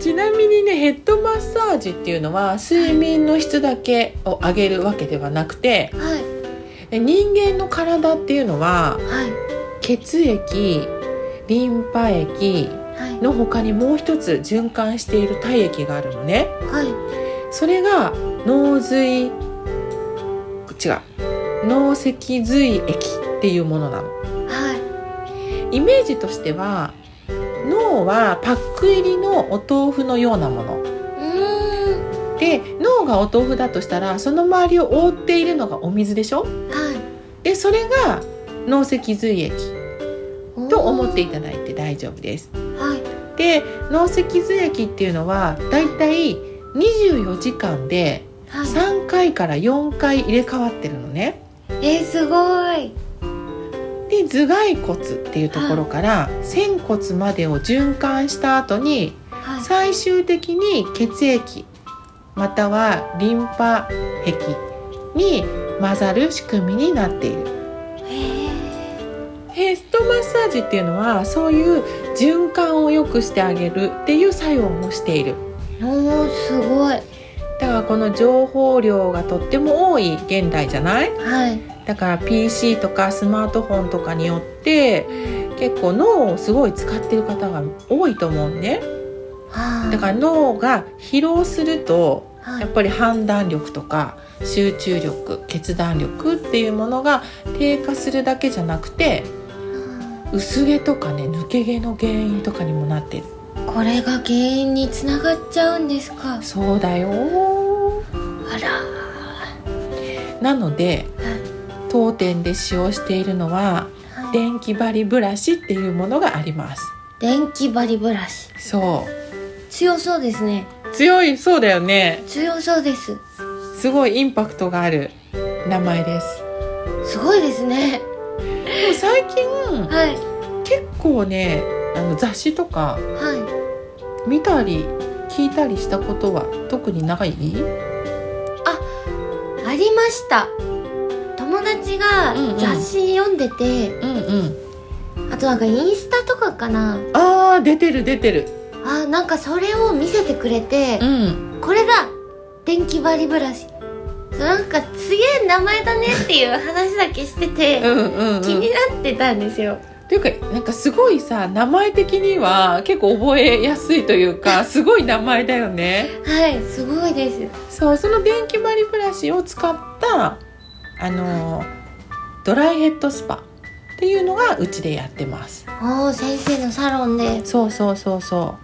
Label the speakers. Speaker 1: ちなみにねヘッドマッサージっていうのは睡眠の質だけを上げるわけではなくて
Speaker 2: はい
Speaker 1: で人間の体っていうのは
Speaker 2: はい
Speaker 1: 血液リンパ液
Speaker 2: はい
Speaker 1: の他にもう一つ循環している体液があるのね
Speaker 2: はい
Speaker 1: それが脳髄違う脳脊髄液っていうものなの
Speaker 2: はい
Speaker 1: イメージとしては脳はパック入りのお豆腐のようなもの
Speaker 2: うーん
Speaker 1: で脳がお豆腐だとしたらその周りを覆っているのがお水でしょ
Speaker 2: はい
Speaker 1: でそれが脳脊髄液
Speaker 2: おー
Speaker 1: と思っていただいて大丈夫です
Speaker 2: はい
Speaker 1: で脳脊髄液っていうのはだいたい24時間で
Speaker 2: はい
Speaker 1: 3回から4回入れ替わってるのね
Speaker 2: えー、すごい
Speaker 1: で頭蓋骨っていうところから仙骨までを循環した後に
Speaker 2: はい
Speaker 1: 最終的に血液またはリンパ壁に混ざる仕組みになっている
Speaker 2: へ
Speaker 1: ヘッドマッサージっていうのはそういう循環を良くしてあげるっていう作用もしている
Speaker 2: えおーすごい
Speaker 1: だからこの情報量がとっても多い現代じゃない
Speaker 2: はい
Speaker 1: だから PC とかスマートフォンとかによって結構脳をすごい使ってる方が多いと思うね
Speaker 2: はあ
Speaker 1: だから脳が疲労すると
Speaker 2: はい
Speaker 1: やっぱり判断力とか集中力決断力っていうものが低下するだけじゃなくて薄毛とかね抜け毛の原因とかにもなってる
Speaker 2: これが原因につながっちゃうんですか
Speaker 1: そうだよ
Speaker 2: あら
Speaker 1: なので当店で使用しているのは
Speaker 2: はい
Speaker 1: 電気バリブラシっていうものがあります
Speaker 2: 電気バリブラシ
Speaker 1: そ
Speaker 2: 強そうですね
Speaker 1: う強いそうだよね
Speaker 2: 強そうです
Speaker 1: すごいインパクトがある名前です
Speaker 2: すごいですね
Speaker 1: でも最近
Speaker 2: はい
Speaker 1: 結構ねあの雑誌とか
Speaker 2: は
Speaker 1: 見たり聞いたりしたことは特にない
Speaker 2: いありました友達が
Speaker 1: うんうん
Speaker 2: 雑誌読んでて、
Speaker 1: うんうん
Speaker 2: あとなんかインスタとかかな
Speaker 1: あー出てる出てる
Speaker 2: あなんかそれを見せてくれて
Speaker 1: うん
Speaker 2: これだ電気バリブラシそうなんかすげえ名前だねっていう話だけしてて
Speaker 1: うんうんうん
Speaker 2: 気になってたんですよ
Speaker 1: というかなんかすごいさ名前的には結構覚えやすいという かすごい名前だよね
Speaker 2: はいすごいです
Speaker 1: そうその電気バリブラシを使ったあのドライヘッドスパっていうのがうちでやってます
Speaker 2: おー先生のサロンで
Speaker 1: そうそうそうそ